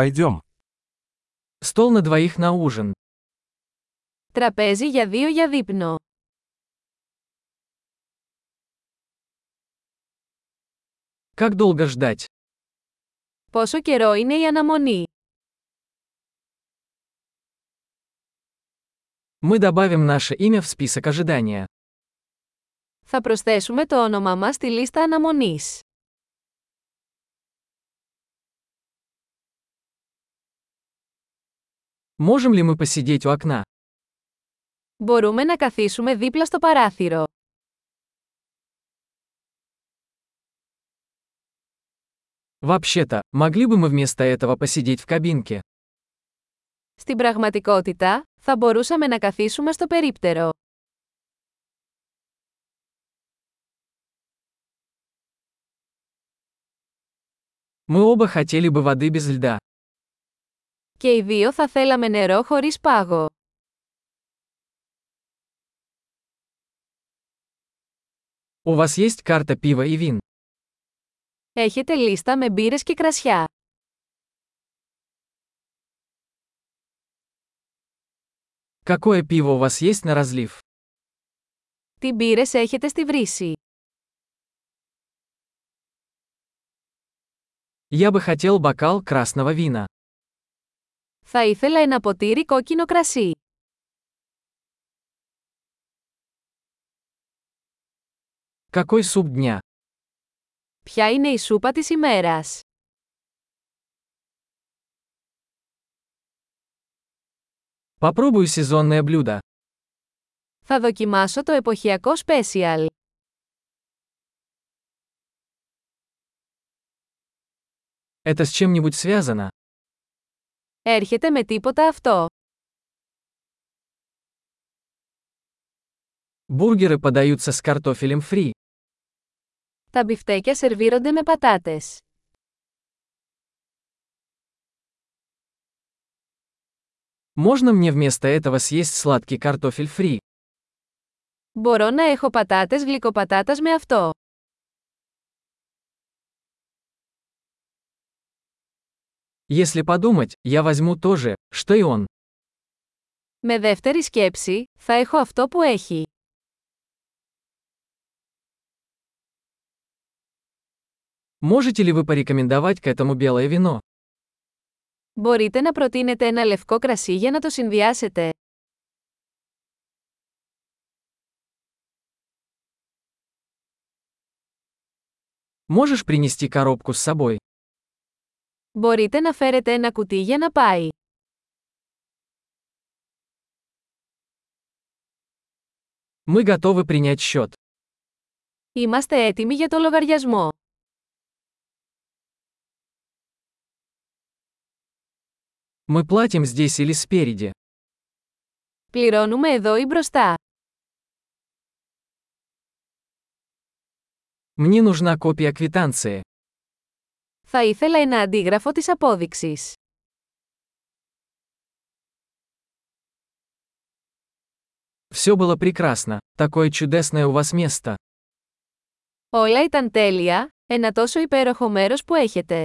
Пойдем. Стол на двоих на ужин. Τραπέζι για δύο για δείπνο. Как долго ждать? Πόσο καιρό είναι η αναμονή. Мы добавим наше имя в список ожидания. Θα προσθέσουμε το όνομά μας στη λίστα αναμονής. Можем ли мы посидеть у окна? Μπορούμε να καθίσουμε δίπλα στο παράθυρο. Вообще-то, могли бы мы вместо этого посидеть в кабинке? Στην πραγματικότητα, θα μπορούσαμε να καθίσουμε στο περίπτερο. Мы оба хотели бы воды без льда. Και οι δύο θα θέλαμε νερό χωρίς πάγο. У вас есть карта пива и вин? Έχετε λίστα με μπύρες και κρασιά. Какое пиво у вас есть на разлив? Τι μπύρες έχετε στη βρύση. Я бы хотел бокал красного вина. Θα ήθελα ένα ποτήρι κόκκινο κρασί. Какой суп дня? Ποια είναι η σούπα της ημέρας. Попробую сезонное блюдо. Θα δοκιμάσω το εποχιακό special. Это с чем-нибудь связано? Έρχεται με τίποτα αυτό. Бургеры подаются с картофелем фри. Τα μπιφτέκια σερβίρονται με πατάτες. Можно мне вместо этого съесть сладкий картофель фри? Μπορώ να έχω πατάτες γλυκοπατάτας με αυτό. Если подумать, я возьму то же, что и он. Με δεύτερη σκέψη, θα έχω αυτό που έχει. Можете ли вы порекомендовать к этому белое вино? Μπορείτε να προτείνετε ένα λευκό κρασί για να το συνδυάσετε. Можешь принести коробку с собой? Μπορείτε να φέρετε ένα κουτί για να πάει. Мы готовы принять счет. Είμαστε έτοιμοι για το λογαριασμό. Мы платим здесь или спереди. Πληρώνουμε εδώ ή μπροστά. Мне нужна копия квитанции. Θα ήθελα ένα αντίγραφο της απόδειξης. Все было прекрасно. Такое чудесное у вас место. Όλα ήταν τέλεια, ένα τόσο υπέροχο μέρος που έχετε.